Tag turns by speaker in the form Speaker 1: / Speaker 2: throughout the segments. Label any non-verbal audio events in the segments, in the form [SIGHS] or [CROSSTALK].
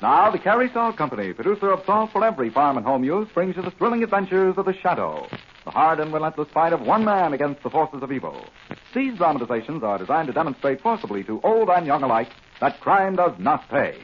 Speaker 1: Now, the Cary Salt Company, producer of salt for every farm and home use, brings you the thrilling adventures of The Shadow, the hard and relentless fight of one man against the forces of evil. These dramatizations are designed to demonstrate forcibly to old and young alike that crime does not pay.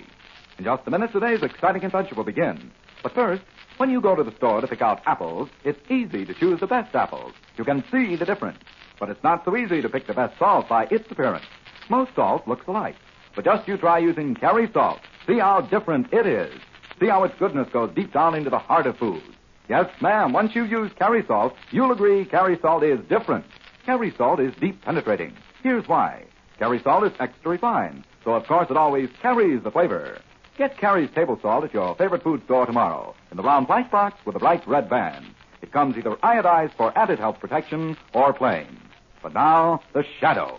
Speaker 1: In just a minute, today's exciting adventure will begin. But first, when you go to the store to pick out apples, it's easy to choose the best apples. You can see the difference. But it's not so easy to pick the best salt by its appearance. Most salt looks alike. But just you try using Kerry salt. See how different it is. See how its goodness goes deep down into the heart of food. Yes, ma'am, once you use Kerry salt, you'll agree Kerry salt is different. Kerry salt is deep penetrating. Here's why. Kerry salt is extra refined, so of course it always carries the flavor. Get Kerry's table salt at your favorite food store tomorrow in the round black box with a bright red band. It comes either iodized for added health protection or plain. But now, the shadow.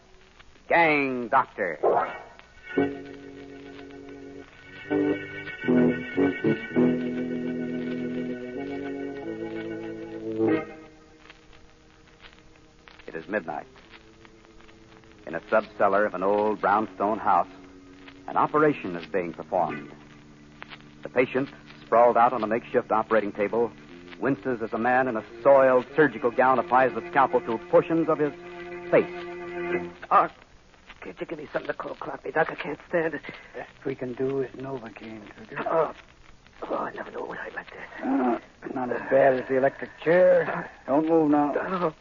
Speaker 2: Gang Doctor. It is midnight. In a sub cellar of an old brownstone house, an operation is being performed. The patient, sprawled out on a makeshift operating table, winces as a man in a soiled surgical gown applies the scalpel to portions of his face.
Speaker 3: Doc, could you give me something to cold clock me, Doc? I can't stand it.
Speaker 4: Best we can do is Novocaine, Sugar.
Speaker 3: Oh, oh I never know what I like this.
Speaker 4: Uh, not as bad as the electric chair. Don't move now.
Speaker 3: Oh,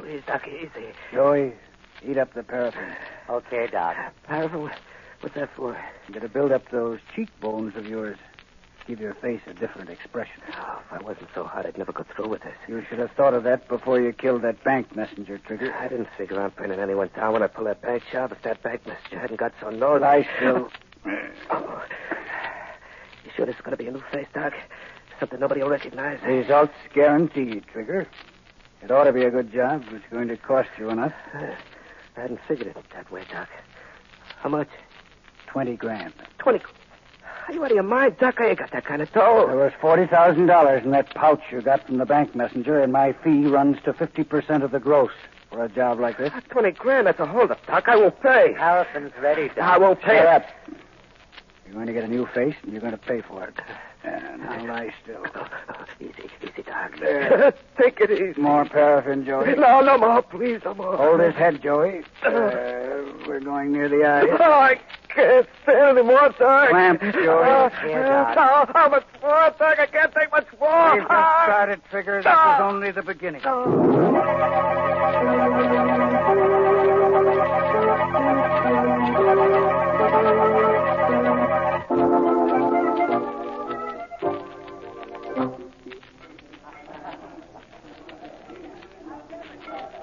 Speaker 3: please, Doc, easy.
Speaker 4: Joey, heat up the Oh, paraffin.
Speaker 2: Okay,
Speaker 5: uh,
Speaker 2: Doc.
Speaker 3: Paraffin, what- what's that for?
Speaker 4: You gotta build up those cheekbones of yours. Give your face a different expression.
Speaker 3: Oh, if I wasn't so hot, I'd never go through with this.
Speaker 4: You should have thought of that before you killed that bank messenger, Trigger.
Speaker 3: I didn't figure on pinning anyone down when I pulled that bank job. If that bank messenger hadn't got so
Speaker 4: But
Speaker 3: nosy.
Speaker 4: I still.
Speaker 3: Oh. You sure this is going to be a new face, Doc? Something nobody will recognize?
Speaker 4: Results guaranteed, Trigger. It ought to be a good job, but it's going to cost you enough.
Speaker 3: Uh, I hadn't figured it that way, Doc. How much?
Speaker 4: Twenty grand.
Speaker 3: Twenty. Are you out of your mind, Doc? I ain't got that kind of
Speaker 4: There
Speaker 3: dough.
Speaker 4: was forty thousand dollars in that pouch you got from the bank messenger, and my fee runs to fifty percent of the gross for a job like this.
Speaker 3: Twenty grand, that's a holdup, Doc. I won't pay.
Speaker 4: Harrison's ready.
Speaker 3: I won't pay
Speaker 4: Shut
Speaker 3: it.
Speaker 4: up. You're going to get a new face, and you're going to pay for it. And I'll lie still.
Speaker 3: Oh, oh, [LAUGHS] easy, easy, Doc.
Speaker 4: There.
Speaker 3: [LAUGHS] Take it easy.
Speaker 4: More paraffin, Joey.
Speaker 3: No, no more, please, no more.
Speaker 4: Hold his head,
Speaker 3: [CLEARS THROAT]
Speaker 4: Joey. Uh, we're going near the
Speaker 3: No,
Speaker 4: eye.
Speaker 3: I can't stand any more, Doc.
Speaker 4: Clamp, Joey.
Speaker 3: Oh,
Speaker 4: Here,
Speaker 3: oh,
Speaker 4: Doc.
Speaker 3: how, how much more, Doc? I can't take much more.
Speaker 4: We've just started, Trigger. This is
Speaker 3: Ah.
Speaker 4: only the beginning.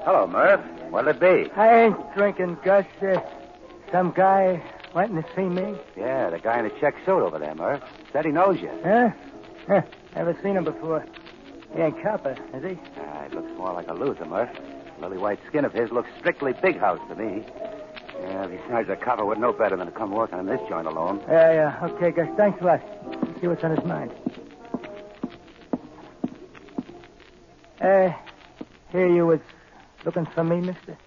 Speaker 2: Hello, Murph. What'll it be?
Speaker 4: I ain't drinking, Gus.
Speaker 6: Uh,
Speaker 4: some guy wanting to see me.
Speaker 2: Yeah, the guy in the check suit over there, Murph. Said he knows you.
Speaker 4: Huh? Huh. Never seen him before. He ain't copper, is he?
Speaker 2: Ah, he looks more like a loser, Murph. Lily white skin of his looks strictly big house to me. Yeah, if he's
Speaker 5: There's a copper would know better than to come working in this joint [LAUGHS] alone.
Speaker 6: Yeah, yeah. Okay, Gus. Thanks a lot. See what's on his mind. Uh, here you was looking for me, mister.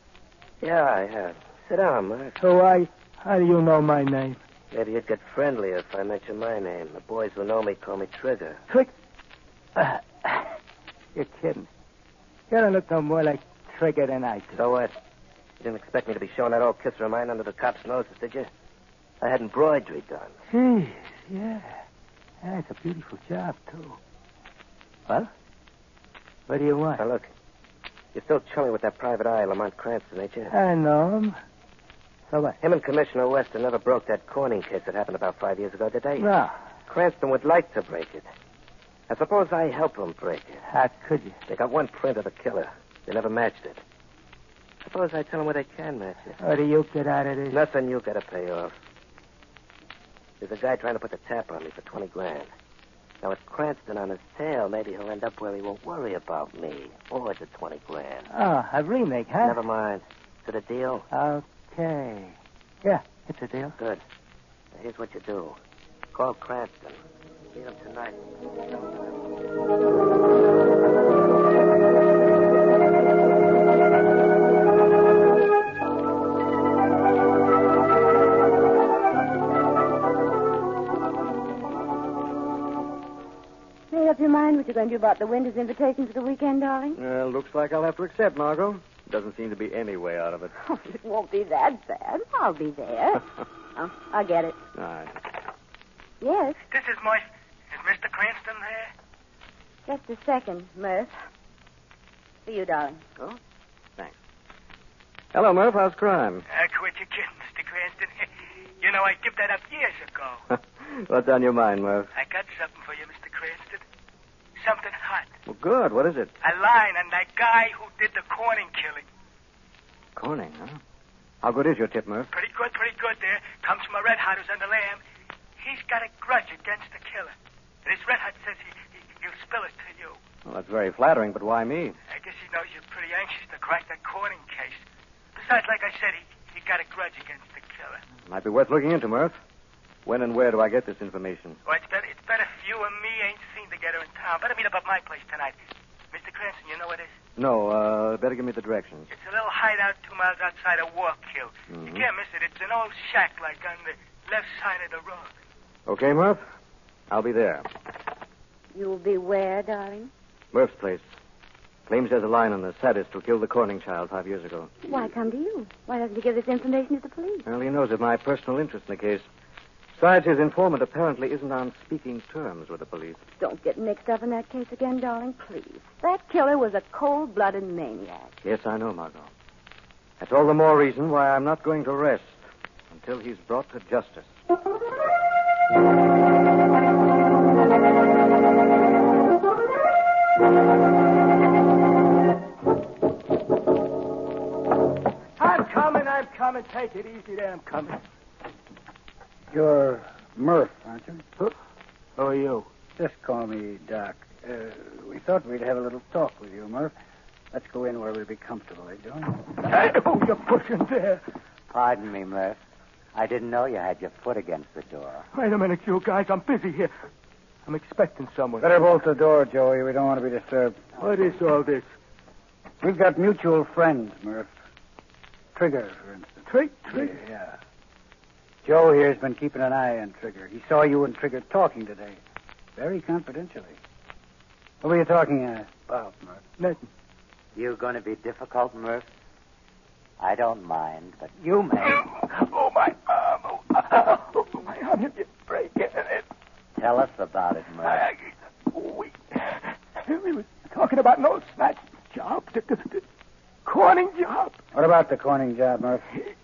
Speaker 3: Yeah, I have. Sit down, Mark.
Speaker 6: Who are you? How do you know my name?
Speaker 3: Maybe you'd get friendlier if I mention my name. The boys who know me call me Trigger.
Speaker 6: Trick? Uh, [COUGHS] you're kidding. You don't look no more like Trigger than I do.
Speaker 3: So what? You didn't expect me to be showing that old kisser of mine under the cop's noses, did you? I had embroidery done.
Speaker 6: Jeez, Hmm, yeah. Yeah, it's a beautiful job, too. Well? What do you want?
Speaker 3: Now, look. You're still chummy with that private eye, Lamont Cranston, ain't you?
Speaker 6: I know him. So what?
Speaker 3: Him and Commissioner Weston never broke that Corning case that happened about five years ago, did they?
Speaker 6: No,
Speaker 3: Cranston would like to break it. I suppose I help him break it.
Speaker 6: how could you?
Speaker 3: They got one print of the killer. They never matched it. Suppose I tell them where they can match it.
Speaker 6: How do you get out of this?
Speaker 3: Nothing you gotta pay off. There's a guy trying to put the tap on me for 20 grand. Now, with Cranston on his tail, maybe he'll end up where he won't worry about me or the 20 grand.
Speaker 6: Oh, a remake, huh?
Speaker 3: Never mind. Is it a deal?
Speaker 6: Okay. Yeah, it's a deal.
Speaker 3: Good. Now, here's what you do. Call Cranston. Meet him tonight.
Speaker 7: Made up your mind what you're going to do about the winter's invitation for the weekend, darling?
Speaker 5: Well, looks like I'll have to accept, Margot. Doesn't seem to be any way out [LAUGHS] of it.
Speaker 7: [LAUGHS] Oh, it won't be that bad. I'll be there. [LAUGHS] oh, I'll get it.
Speaker 5: All right.
Speaker 7: Yes,
Speaker 8: This is my. Is Mr. Cranston there?
Speaker 7: just a second, Murph. For you, darling.
Speaker 5: Hello, Murph. How's crime?
Speaker 8: Uh, quit your kidding, Mr. Cranston. [LAUGHS] you know, I tipped that up years ago.
Speaker 5: [LAUGHS] Uh, What's on your mind, Murph?
Speaker 8: I got something for you, Mr. Cranston. Something hot.
Speaker 5: Well, good. What is it?
Speaker 8: A line on that guy who did the Corning killing.
Speaker 5: Corning, huh? How good is your tip, Murph?
Speaker 8: Pretty good, pretty good there. Comes from a Red Hot who's on the lam. He's got a grudge against the killer. And his Red Hot says he, he, he'll spill it to you.
Speaker 5: Well, that's very flattering, but why me?
Speaker 8: I guess he knows you're pretty anxious to crack that Corning case. Besides, like I said, he, he got a grudge against the killer.
Speaker 5: Might be worth looking into, Murph. When and where do I get this information?
Speaker 8: Well, it's better, it's better if you and me ain't seen together in town. Better meet up at my place tonight. Mr. Cranston, you know what it is?
Speaker 5: No, uh, better give me the directions.
Speaker 8: It's a little hideout two miles outside of Walk Hill. You
Speaker 5: Mhm.
Speaker 8: can't miss it. It's an old shack, like on the left side of the road.
Speaker 5: Okay, Murph? I'll be there.
Speaker 7: You'll be where, darling?
Speaker 5: Murph's place. Claims there's a line on the sadist who killed the Corning child five years ago.
Speaker 7: Why come to you? Why doesn't he give this information to the police?
Speaker 5: Well, he knows of my personal interest in the case. Besides, his informant apparently isn't on speaking terms with the police.
Speaker 7: Don't get mixed up in that case again, darling, please. That killer was a cold-blooded maniac.
Speaker 5: Yes, I know, Margot. That's all the more reason why I'm not going to rest until he's brought to justice.
Speaker 6: I'm coming, I'm coming. Take it easy there, I'm coming. You're Murph, aren't you? Who, who are you? Just call me Doc. Uh, we thought we'd have a little talk with you, Murph. Let's go in where we'll be comfortable, eh, John? Hey, oh, you're pushing there.
Speaker 5: Pardon me, Murph. I didn't know you had your foot against the door.
Speaker 6: Wait a minute, you guys. I'm busy here. I'm expecting someone.
Speaker 4: Better bolt the door, Joey. We don't want to be disturbed.
Speaker 6: What is all this?
Speaker 4: We've got mutual friends, Murph. Trigger, for instance.
Speaker 6: Trick,
Speaker 4: Yeah, yeah. Joe here's been keeping an eye on Trigger. He saw you and Trigger talking today, very confidentially. What were you talking uh, about, Murph?
Speaker 6: Nothing.
Speaker 5: You going to be difficult, Murph? I don't mind, but you may.
Speaker 6: Oh, my arm.
Speaker 8: [LAUGHS]
Speaker 6: Oh, my arm. You're breaking it.
Speaker 5: Tell us about it, Murph.
Speaker 6: We, we were talking about no snatch job, the, the, the Corning job.
Speaker 4: What about the Corning job, Murph?
Speaker 6: [LAUGHS]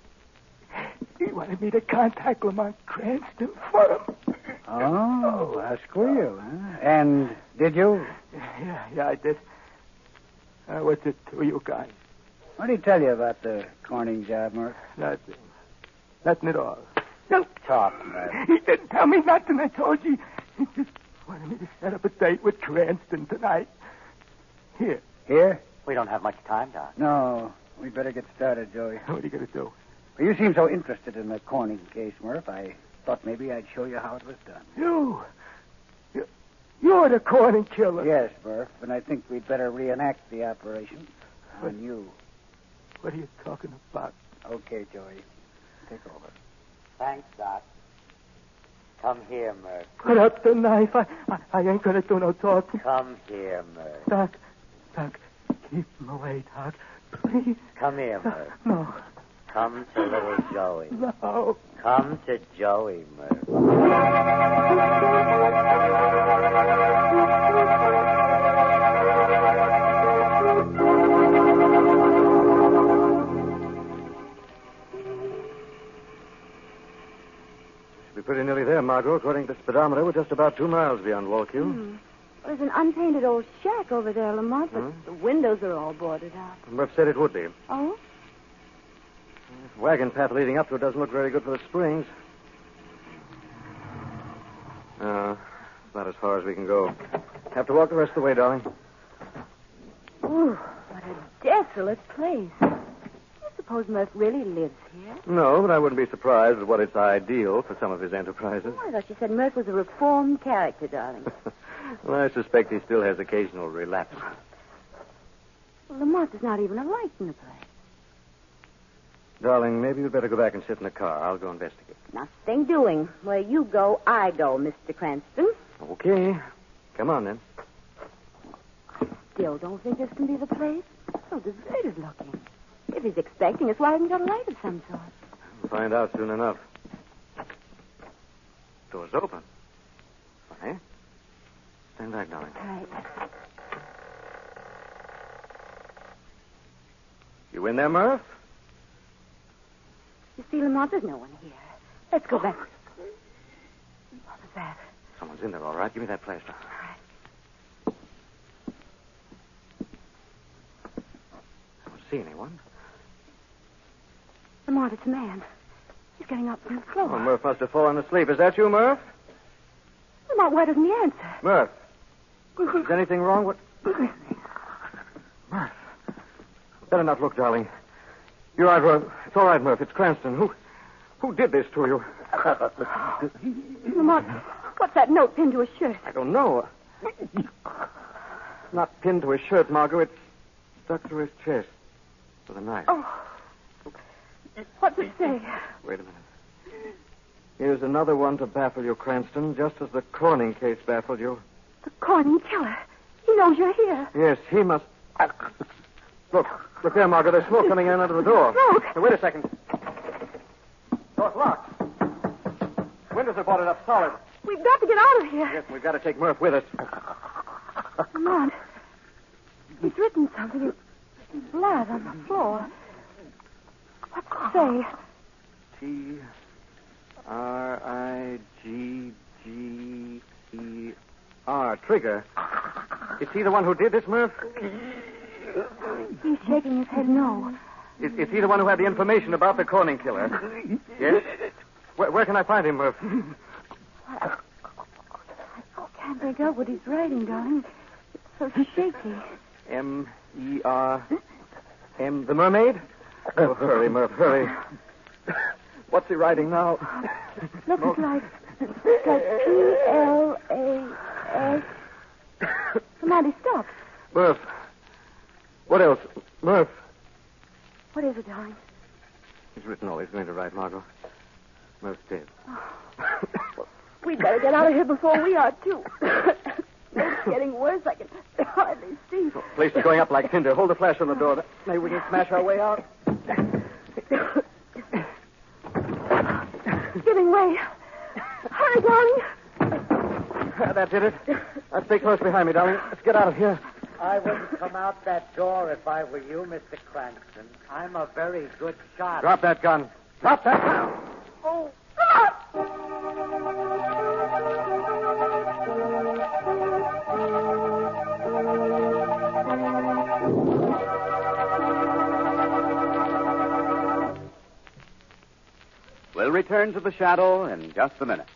Speaker 6: He wanted me to contact Lamont Cranston for him. [LAUGHS]
Speaker 4: Oh, a squeal, huh? And did you?
Speaker 6: Yeah, yeah, I did. Uh, what's it to you guys?
Speaker 4: What did he tell you about the Corning job, Murph?
Speaker 6: Nothing. Nothing at all.
Speaker 4: Talk, Murph.
Speaker 6: He didn't tell me nothing. I told you. He just wanted me to set up a date with Cranston tonight. Here.
Speaker 4: Here?
Speaker 5: We don't have much time, Doc.
Speaker 4: No. We'd better get started, Joey.
Speaker 6: [LAUGHS] What are you going to do?
Speaker 4: Well, you seem so interested in the Corning case, Murph. I thought maybe I'd show you how it was done.
Speaker 9: You. You're the Corning killer.
Speaker 4: Yes, Murph, and I think we'd better reenact the operation on you.
Speaker 9: What are you talking about?
Speaker 4: Okay, Joey. Take over.
Speaker 3: Thanks, Doc. Come here, Murph.
Speaker 9: Put up the knife. I, I, I ain't going to do no talking.
Speaker 3: Come here, Murph.
Speaker 9: Doc, Doc, keep him away, Doc. Please.
Speaker 3: Come here, Murph.
Speaker 9: No,
Speaker 3: Come to little Joey.
Speaker 9: no.
Speaker 3: Come to Joey, Murph.
Speaker 5: We're pretty nearly there, Margot. According to the speedometer, we're just about two miles beyond Wallkill.
Speaker 7: Hmm. Well, there's an unpainted old shack over there, Lamont,
Speaker 5: Hmm?
Speaker 7: but the windows are all boarded up.
Speaker 5: Murph said it would be.
Speaker 7: Oh?
Speaker 5: This wagon path leading up to it doesn't look very good for the springs. No, it's Uh, not as far as we can go. Have to walk the rest of the way, darling.
Speaker 7: Ooh, what a desolate place. Do you suppose Murph really lives here?
Speaker 5: No, but I wouldn't be surprised at what its ideal for some of his enterprises.
Speaker 7: Oh, I thought you said Murph was a reformed character, darling.
Speaker 5: Well, I suspect he still has occasional relapse.
Speaker 7: well, Lamont, there's not even a light in the place.
Speaker 5: Darling, maybe you'd better go back and sit in the car. I'll go investigate.
Speaker 7: Nothing doing. Where you go, I go, Mr. Cranston.
Speaker 5: Okay. Come on, then.
Speaker 7: Still don't think this can be the place? So deserted looking. If he's expecting us, why hasn't he got a light of some sort?
Speaker 5: We'll find out soon enough. Door's open. Funny. Stand back, darling.
Speaker 7: Right.
Speaker 5: You in there, Murph?
Speaker 7: You see, Lamont, there's no one here. Let's go back. What was that?
Speaker 5: Someone's in there, all right. Give me that flashlight. I don't see anyone.
Speaker 7: Lamont, it's a man. He's getting up from the floor.
Speaker 5: Oh, Murph must have fallen asleep. Is that you, Murph?
Speaker 7: Lamont, why doesn't he answer?
Speaker 5: Murph. Is anything wrong? What? Murph. Better not look, darling. You're right, Murph. It's all right, Murph. It's Cranston. Who, who did this to you?
Speaker 7: Lamont, what's that note pinned to his shirt?
Speaker 5: I don't know. Not pinned to his shirt, Margot. It's stuck through his chest with a knife.
Speaker 7: Oh. What's it say?
Speaker 5: Wait a minute. Here's another one to baffle you, Cranston, just as the Corning case baffled you.
Speaker 7: The Corning killer. He knows you're here.
Speaker 5: Yes, he must. Look, look there, Margot. There's smoke coming in under the door.
Speaker 7: Smoke?
Speaker 5: Now, wait a second. Door's locked. Windows are boarded up solid.
Speaker 7: We've got to get out of here.
Speaker 5: Yes, and we've got to take Murph with us.
Speaker 7: Lamont, he's written something in blood on the floor. What's it say?
Speaker 5: T R I G G E R. Trigger. Is he the one who did this, Murph?
Speaker 7: He's shaking his head no.
Speaker 5: Is, is he the one who had the information about the Corning killer? Yes? Where, where can I find him, Murph?
Speaker 7: Can't make out what he's writing, darling. It's so shaky.
Speaker 5: M E R. M. The mermaid? Oh, [LAUGHS] hurry, Murph, hurry. What's he writing now?
Speaker 7: Look, it's like, it's like P-L-A-S. Lamont, he stopped.
Speaker 5: Murph. What else? Murph.
Speaker 7: What is it, darling?
Speaker 5: He's written all he's going to write, Margot. Murph's dead.
Speaker 7: [SIGHS] We'd better get out of here before we are, too. [LAUGHS] it's getting worse. I can hardly see.
Speaker 5: Place is going up like tinder. Hold the flash on the door. Maybe we can smash our way [LAUGHS] out.
Speaker 7: It's giving way. Hurry, darling.
Speaker 5: That did it. Now stay close behind me, darling. Let's get out of here.
Speaker 10: I wouldn't come out that door if I were you, Mr. Cranston. I'm a very good shot.
Speaker 5: Drop that gun. Drop that gun.
Speaker 10: Oh,
Speaker 2: We'll return to the shadow in just a minute.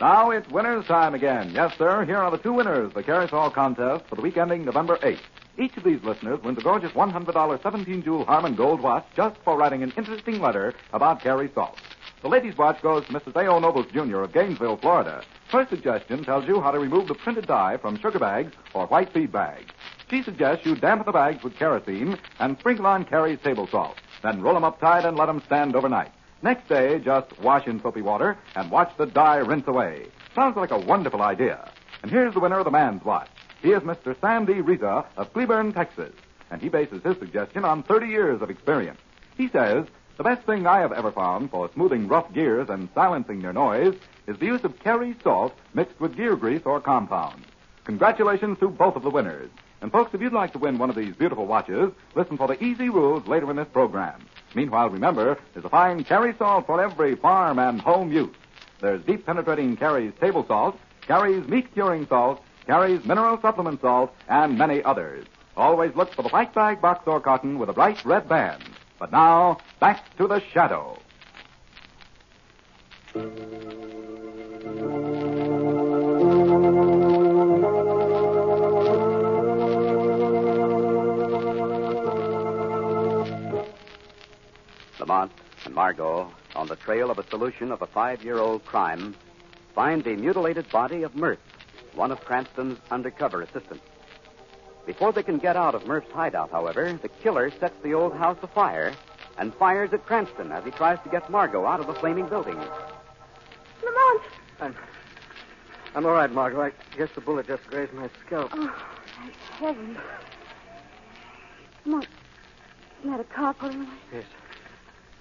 Speaker 1: Now it's winner's time again. Yes, sir. Here are the two winners of the Carousel contest for the week ending November 8th. Each of these listeners wins a gorgeous $100 17 jewel Harmon gold watch just for writing an interesting letter about Gary Salt. The ladies' watch goes to Mrs. A.O. Nobles, Jr. of Gainesville, Florida. Her suggestion tells you how to remove the printed dye from sugar bags or white feed bags. She suggests you dampen the bags with kerosene and sprinkle on Carrie's table salt. Then roll them up tight and let them stand overnight. Next day, just wash in soapy water and watch the dye rinse away. Sounds like a wonderful idea. And here's the winner of the man's watch. He is Mr. Sandy Rita of Cleburne, Texas. And he bases his suggestion on 30 years of experience. He says, the best thing I have ever found for smoothing rough gears and silencing their noise is the use of Kerry salt mixed with gear grease or compound. Congratulations to both of the winners. And folks, if you'd like to win one of these beautiful watches, listen for the easy rules later in this program. Meanwhile, remember, there's a fine Kerry salt for every farm and home use. There's deep penetrating Kerry's table salt, Kerry's meat curing salt, Kerry's mineral supplement salt, and many others. Always look for the white bag box or cotton with a bright red band. But now, back to the shadow.
Speaker 2: Lamont and Margot, on the trail of a solution of a five year old crime, find the mutilated body of Murph, one of Cranston's undercover assistants. Before they can get out of Murph's hideout, however, the killer sets the old house afire and fires at Cranston as he tries to get Margot out of the flaming building.
Speaker 7: Lamont!
Speaker 5: I'm, I'm all right, Margot. I guess the bullet just grazed my scalp.
Speaker 7: Oh, thank heaven. Lamont, isn't that a car pulling away?
Speaker 5: Yes.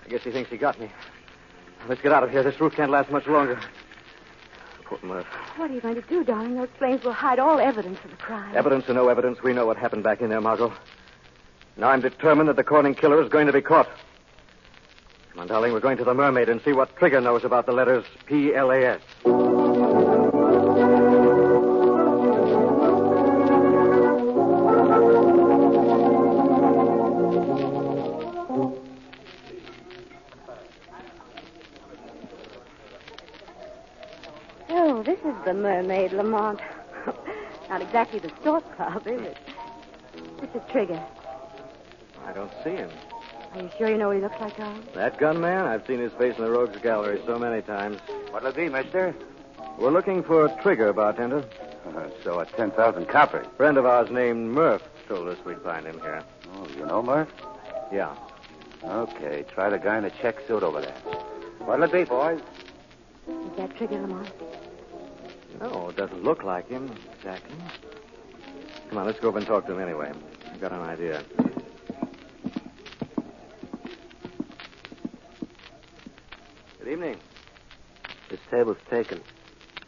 Speaker 5: I guess he thinks he got me. Let's get out of here. This route can't last much longer. Poor Murph.
Speaker 7: What are you going to do, darling? Those flames will hide all evidence of the crime.
Speaker 5: Evidence or no evidence, we know what happened back in there, Margot. Now I'm determined that the Corning killer is going to be caught. Come on, darling, we're going to the Mermaid and see what Trigger knows about the letters P L A S.
Speaker 7: Oh, this is the mermaid, Lamont. [LAUGHS] Not exactly the stork club, is it? Mr. Trigger,
Speaker 5: I don't see him.
Speaker 7: are you sure you know what he looks like, darling?
Speaker 5: That gunman, I've seen his face in the rogues gallery so many times.
Speaker 11: What'll it be, mister?
Speaker 5: We're looking for a Trigger, bartender.
Speaker 11: so at 10,000 copper.
Speaker 5: friend of ours named Murph told us we'd find him here.
Speaker 11: Oh, you know Murph?
Speaker 5: Yeah.
Speaker 11: Okay, try the guy in the check suit over there. What'll it be, boys?
Speaker 7: Is that Trigger, Lamont?
Speaker 5: No, Oh, it doesn't look like him exactly. Come on, let's go over and talk to him anyway. I've got an idea. Good evening. This table's taken.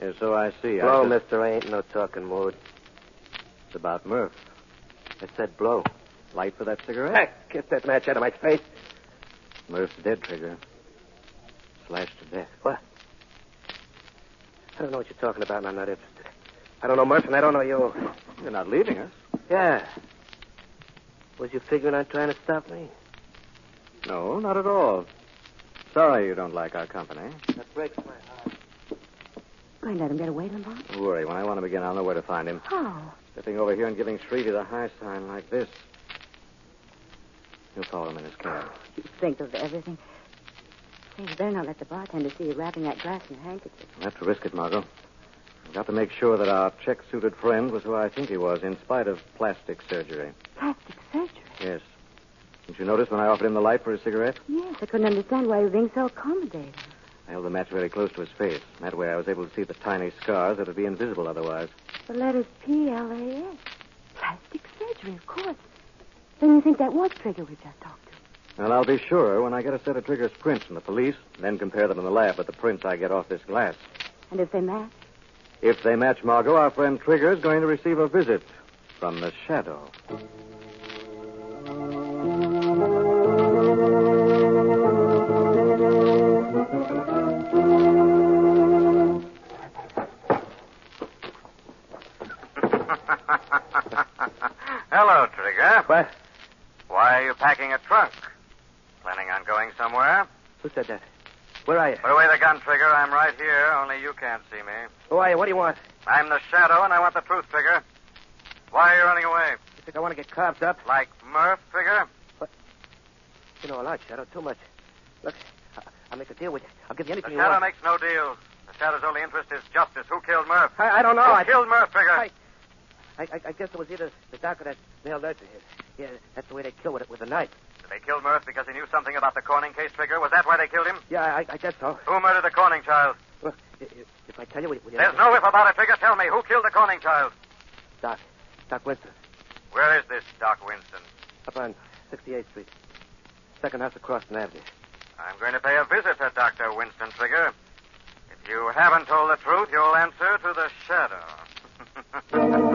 Speaker 5: Yeah, so I see. Blow, I just- mister. I ain't in no talking mood. It's about Murph. I said blow. Light for that cigarette?
Speaker 11: get that match out of my face.
Speaker 5: Murph's dead, Trigger. Slashed to death. What?
Speaker 11: I don't know what you're talking about, and I'm not interested. I don't know Murph, and I don't know you.
Speaker 5: You're not leaving us.
Speaker 11: Yeah. Was you figuring on trying to stop me?
Speaker 5: No, not at all. Sorry you don't like our company.
Speaker 11: That breaks my heart.
Speaker 7: Why let him get away, Lamont?
Speaker 5: Don't worry. When I want him again, I'll know where to find him.
Speaker 7: How?
Speaker 5: Stepping over here and giving Shrevey the high sign like this. You'll follow him in his cab.
Speaker 7: You think of everything. Say, you better not let the bartender see you wrapping that glass in a handkerchief.
Speaker 5: I'll have to risk it, Margot. I've got to make sure that our check suited friend was who I think he was, in spite of plastic surgery.
Speaker 7: Plastic surgery?
Speaker 5: Yes. Didn't you notice when I offered him the light for his cigarette?
Speaker 7: Yes, I couldn't understand why you were being so accommodating.
Speaker 5: I held the match very close to his face. That way I was able to see the tiny scars that would be invisible otherwise.
Speaker 7: The letters P L A S. Plastic surgery, of course. Then you think that was Trigger we just talked to?
Speaker 5: Well, I'll be sure when I get a set of Trigger's prints from the police, then compare them in the lab with the prints I get off this glass.
Speaker 7: And if they match,
Speaker 5: If they match Margot, our friend Trigger is going to receive a visit from the shadow.
Speaker 3: [LAUGHS] Hello, Trigger.
Speaker 5: What?
Speaker 3: Why are you packing a trunk? Planning on going somewhere?
Speaker 5: Who said that? Where are you?
Speaker 3: Put away the gun, Trigger. I'm right here, only you can't see me.
Speaker 5: Who are you? What do you want?
Speaker 3: I'm the shadow, and I want the truth, Trigger. Why are you running away? You think I want to get carved up?
Speaker 12: Like Murph, figure?
Speaker 3: You know a lot, Shadow. Too much. Look, I- I'll make a deal with you. I'll give you
Speaker 12: The
Speaker 3: anything you
Speaker 12: Shadow
Speaker 3: want.
Speaker 12: makes no deals. The Shadow's only interest is justice. Who killed Murph?
Speaker 3: I- I don't know.
Speaker 12: Who
Speaker 3: I-
Speaker 12: killed Murph, figure?
Speaker 3: I- I, I, I guess it was either the doc or that male nurse of his. Yeah, that's the way they kill with it with a knife.
Speaker 12: Did they kill Murph because he knew something about the Corning case, figure? Was that why they killed him?
Speaker 3: Yeah, I, I guess so.
Speaker 12: Who murdered the Corning child?
Speaker 3: Look, i- i- if I tell you, will you
Speaker 12: There's no if about it, figure. Tell me, who killed the Corning child?
Speaker 3: Doc, Doc Winston,
Speaker 12: Where is this Doc Winston?
Speaker 3: up on 68th Street, second house across an avenue.
Speaker 12: I'm going to pay a visit to Dr. Winston Trigger. If you haven't told the truth, you'll answer to the shadow.
Speaker 5: [LAUGHS]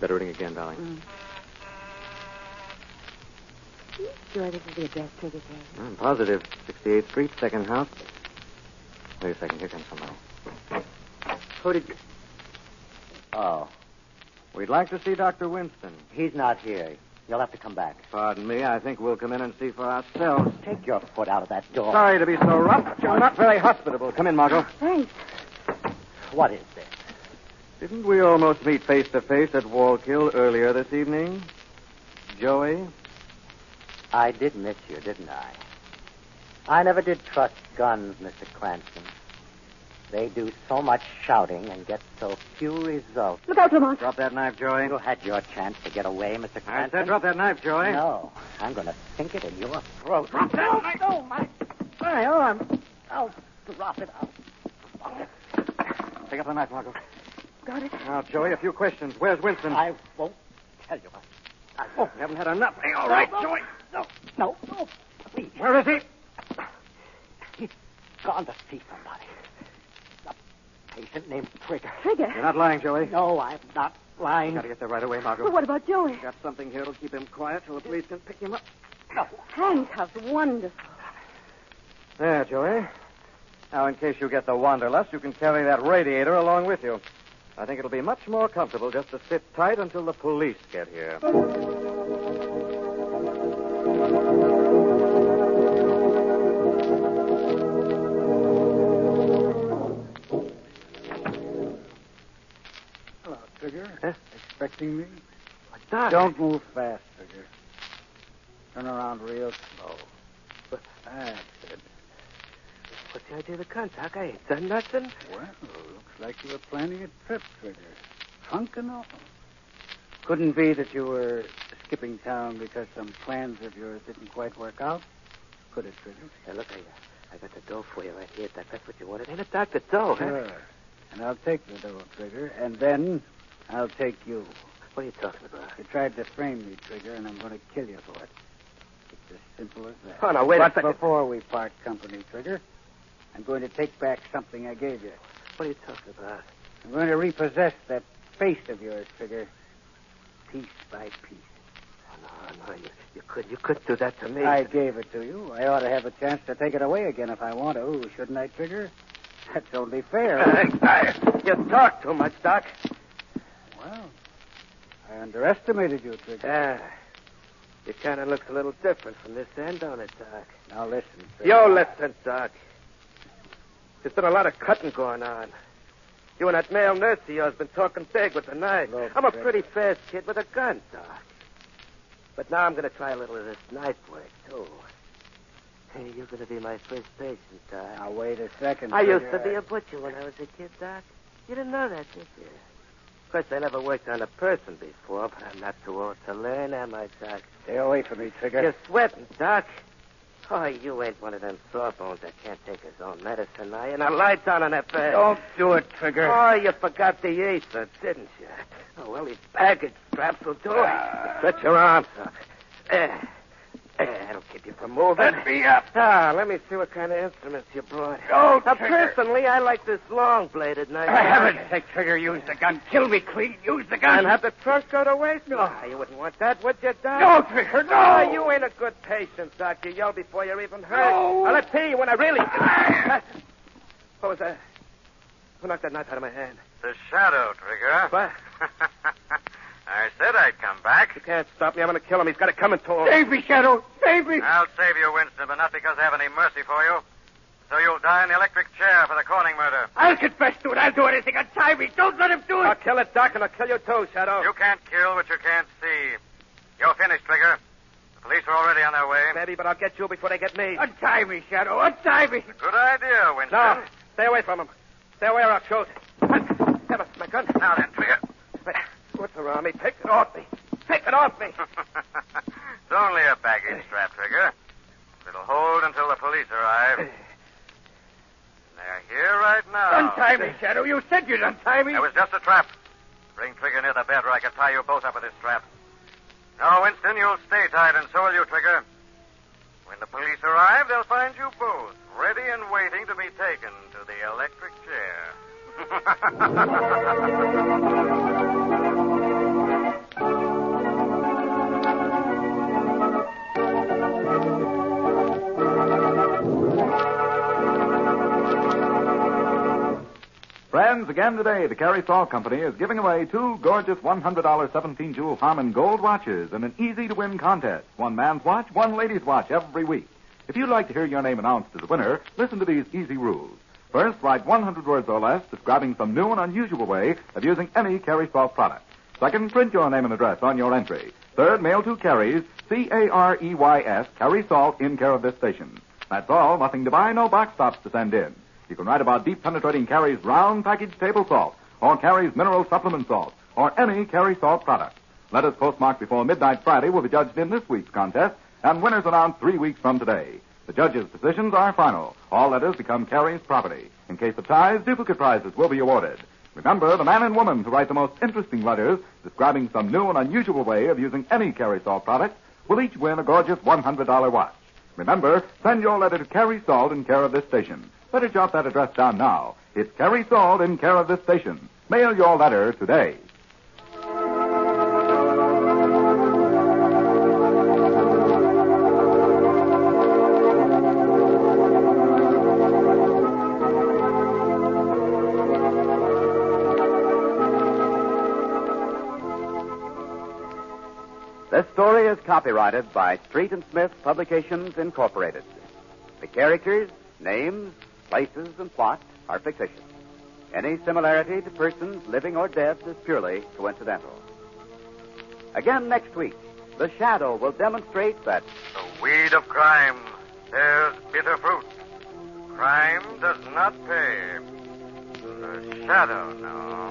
Speaker 5: Better ring again, darling.
Speaker 7: Sure, this is the address Trigger gave.
Speaker 5: I'm positive. 68th Street, second house. Wait a second. Here comes somebody. Who did you... Oh. We'd like to see Dr. Winston.
Speaker 6: He's not here. You'll have to come back.
Speaker 5: Pardon me. I think we'll come in and see for ourselves.
Speaker 6: Take your foot out of that door.
Speaker 5: Sorry to be so rough, but you're not very hospitable. Come in, Margot.
Speaker 7: Thanks.
Speaker 6: What is this?
Speaker 5: Didn't we almost meet face to face at Wallkill earlier this evening? Joey?
Speaker 6: I did miss you, didn't I? I never did trust guns, Mr. Cranston. They do so much shouting and get so few results.
Speaker 7: Look out, Lamont.
Speaker 5: Drop that knife, Joey.
Speaker 6: You had your chance to get away, Mr. Cranston.
Speaker 5: I said drop that knife, Joey.
Speaker 6: No, I'm going to sink it in your throat.
Speaker 5: Drop that knife!
Speaker 6: Oh, my, my arm. I'll drop it. I'll
Speaker 5: Pick up the knife, Margot.
Speaker 7: Got it.
Speaker 5: Now, Joey, a few questions. Where's Winston? I
Speaker 6: won't tell you.
Speaker 5: I haven't had enough. Hey, all right,
Speaker 6: No, no.
Speaker 5: Joey.
Speaker 6: No, no,
Speaker 2: Oh.
Speaker 6: no. Please.
Speaker 5: Where is he?
Speaker 6: He's gone to see somebody. A patient named Trigger.
Speaker 7: Trigger?
Speaker 5: You're not lying, Joey.
Speaker 6: No, I'm not lying.
Speaker 5: Gotta get there right away, Margot.
Speaker 7: But what about Joey?
Speaker 5: Got something here to keep him quiet till the police can pick him up.
Speaker 7: Handcuffs, wonderful.
Speaker 5: There, Joey. Now, in case you get the wanderlust, you can carry that radiator along with you. I think it'll be much more comfortable just to sit tight until the police get here.
Speaker 4: Hello, Trigger. Expecting me?
Speaker 5: Doc.
Speaker 4: Don't move fast, Trigger. Turn around real slow. That's it.
Speaker 3: What's the idea of the gun, Doc? I ain't done nothing.
Speaker 4: Well, looks like you were planning a trip, Trigger. Trunk and all. Couldn't be that you were skipping town because some plans of yours didn't quite work out. Could it, Trigger?
Speaker 3: Now, look, I, I got the dough for you right here, Doc. That's what you wanted. Ain't it, Doc? The dough, huh?
Speaker 4: Sure. And I'll take the dough, Trigger, and then I'll take you.
Speaker 3: What are you talking about?
Speaker 4: You tried to frame me, Trigger, and I'm going to kill you for it. It's as simple as that.
Speaker 3: Oh, now, wait a
Speaker 4: but
Speaker 3: second.
Speaker 4: before we part company, Trigger, I'm going to take back something I gave you.
Speaker 3: What are you talking about?
Speaker 4: I'm going to repossess that face of yours, Trigger, piece by piece.
Speaker 3: Oh, No, no, you, you could you could do that to me.
Speaker 4: I gave it to you. I ought to have a chance to take it away again if I want to, shouldn't I, Trigger? That's only fair.
Speaker 3: [LAUGHS] You talk too much, Doc.
Speaker 4: well, I underestimated you, Trigger.
Speaker 3: Yeah. Ah, It kind of looks a little different from this end, don't it, Doc?
Speaker 4: Now listen, Trigger.
Speaker 3: Ah. Yo, listen, Doc. There's been a lot of cutting going on. You and that male nurse of yours been talking big with the knife.
Speaker 4: Look,
Speaker 3: I'm a
Speaker 4: Trigger.
Speaker 3: pretty fast kid with a gun, Doc. But now I'm going to try a little of this knife work, too. Hey, you're going to be my first patient, Doc.
Speaker 4: Now wait a second.
Speaker 3: I used to
Speaker 4: Trigger.
Speaker 3: be a butcher when I was a kid, Doc. You didn't know that, did you? Of course, I never worked on a person before, but I'm not too old to learn, am I, Doc?
Speaker 4: Stay away from me, Trigger.
Speaker 3: You're sweating, Doc. Oh, you ain't one of them sawbones that can't take his own medicine, are you? Now lie down on that bed.
Speaker 4: Don't do it, Trigger.
Speaker 3: Oh, you forgot the ether, didn't you? Oh, well, these baggage straps will do it. Stretch your arms up. There. There, that'll Eh, keep you from moving.
Speaker 5: Let me up.
Speaker 3: Ah, let me see what kind of instruments you brought.
Speaker 5: Go,
Speaker 3: now,
Speaker 5: Trigger.
Speaker 3: personally, I like this long-bladed knife.
Speaker 5: For heaven's sake, Trigger, use the gun. Kill me, clean. Use the gun. Oh.
Speaker 3: And have the trunk go to waste? No. you wouldn't want that, would you, Doc?
Speaker 5: No, Trigger, no.
Speaker 3: Ah, you ain't a good patient, Doc. You yell before you're even hurt.
Speaker 5: No.
Speaker 3: I'll let pay you when I
Speaker 5: [LAUGHS]
Speaker 3: really... Ah, what was that? Who knocked that knife out of my hand?
Speaker 5: Ah.
Speaker 4: [LAUGHS]
Speaker 5: [LAUGHS]
Speaker 12: The shadow, Trigger.
Speaker 3: What?
Speaker 12: I
Speaker 5: I said I'd come back.
Speaker 13: You can't stop me. I'm going to kill him. He's got to come and talk.
Speaker 5: Shadow. Save me. I'll save you, Winston, but not because I have any mercy for you. So you'll die in the electric chair for the Corning murder.
Speaker 3: I'll confess to it. I'll do anything. Untie me. Don't let him do it. I'll kill it, Doc, and I'll kill you too, Shadow.
Speaker 5: You can't kill what you can't see. You're finished, Trigger. The police are already on their way.
Speaker 3: Maybe, but I'll get you before they get me. Untie me, Shadow. Untie me.
Speaker 5: Good idea, Winston.
Speaker 3: No, stay away from him. Stay away or I'll shoot. Have it, my gun. Now then, Trigger. What's around me? Take it off me. Take it
Speaker 5: [LAUGHS]
Speaker 3: off me.
Speaker 5: It's only a baggage strap, Trigger. It'll hold until the police arrive. They're here right now.
Speaker 3: Untie me, Shadow. You said you'd untie me.
Speaker 5: It was just a trap. Bring Trigger near the bed where I can tie you both up with this trap. No, Winston, you'll stay tied, and so will you, Trigger. When the police arrive, they'll find you both ready and waiting to be taken to the electric [LAUGHS] chair.
Speaker 1: Friends, again today, the Carrie Saw Company is giving away two gorgeous $100 17 jewel Harmon gold watches in an easy to win contest. One man's watch, one lady's watch every week. If you'd like to hear your name announced as a winner, listen to these easy rules. First, write 100 words or less describing some new and unusual way of using any Carrie Saw product. Second, print your name and address on your entry. Third, mail two Carries, C-A-R-E-Y-S, E Carrie Salt, in care of this station. That's all. Nothing to buy, no box tops to send in. You can write about deep penetrating Carrie's round package table salt, or Carrie's mineral supplement salt, or any Carrie salt product. Letters postmarked before midnight Friday will be judged in this week's contest, and winners announced three weeks from today. The judges' decisions are final. All letters become Carrie's property. In case of ties, duplicate prizes will be awarded. Remember, the man and woman who write the most interesting letters describing some new and unusual way of using any Carrie salt product will each win a gorgeous $100 watch. Remember, send your letter to Carrie Salt in care of this station. Better jot that address down now. It's Carrie Salt in care of this station. Mail your letter today.
Speaker 2: This story is copyrighted by Street and Smith Publications Incorporated. The characters, names, places, and plot are fictitious. Any similarity to persons living or dead is purely coincidental. Again next week, the shadow will demonstrate that
Speaker 5: The weed of crime bears bitter fruit. Crime does not pay. The shadow knows.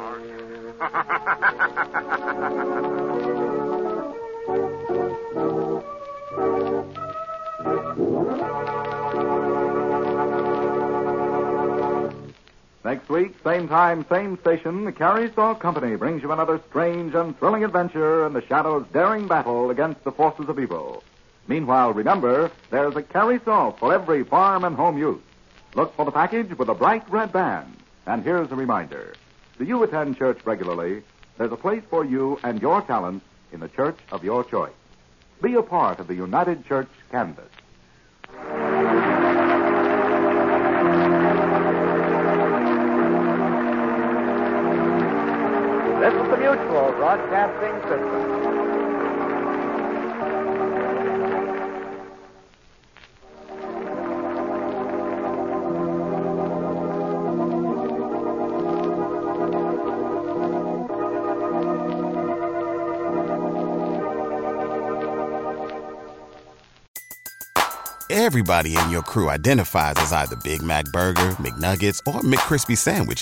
Speaker 1: Next week, same time, same station, the Carrie Saw Company brings you another strange and thrilling adventure in the Shadow's daring battle against the forces of evil. Meanwhile, remember, there's a Carrie Saw for every farm and home use. Look for the package with a bright red band. And here's a reminder. Do you attend church regularly? There's a place for you and your talents in the church of your choice. Be a part of the United Church Canvas.
Speaker 2: this is the Mutual Broadcasting System.
Speaker 14: Everybody in your crew identifies as either Big Mac Burger, McNuggets, or McCrispy Sandwich.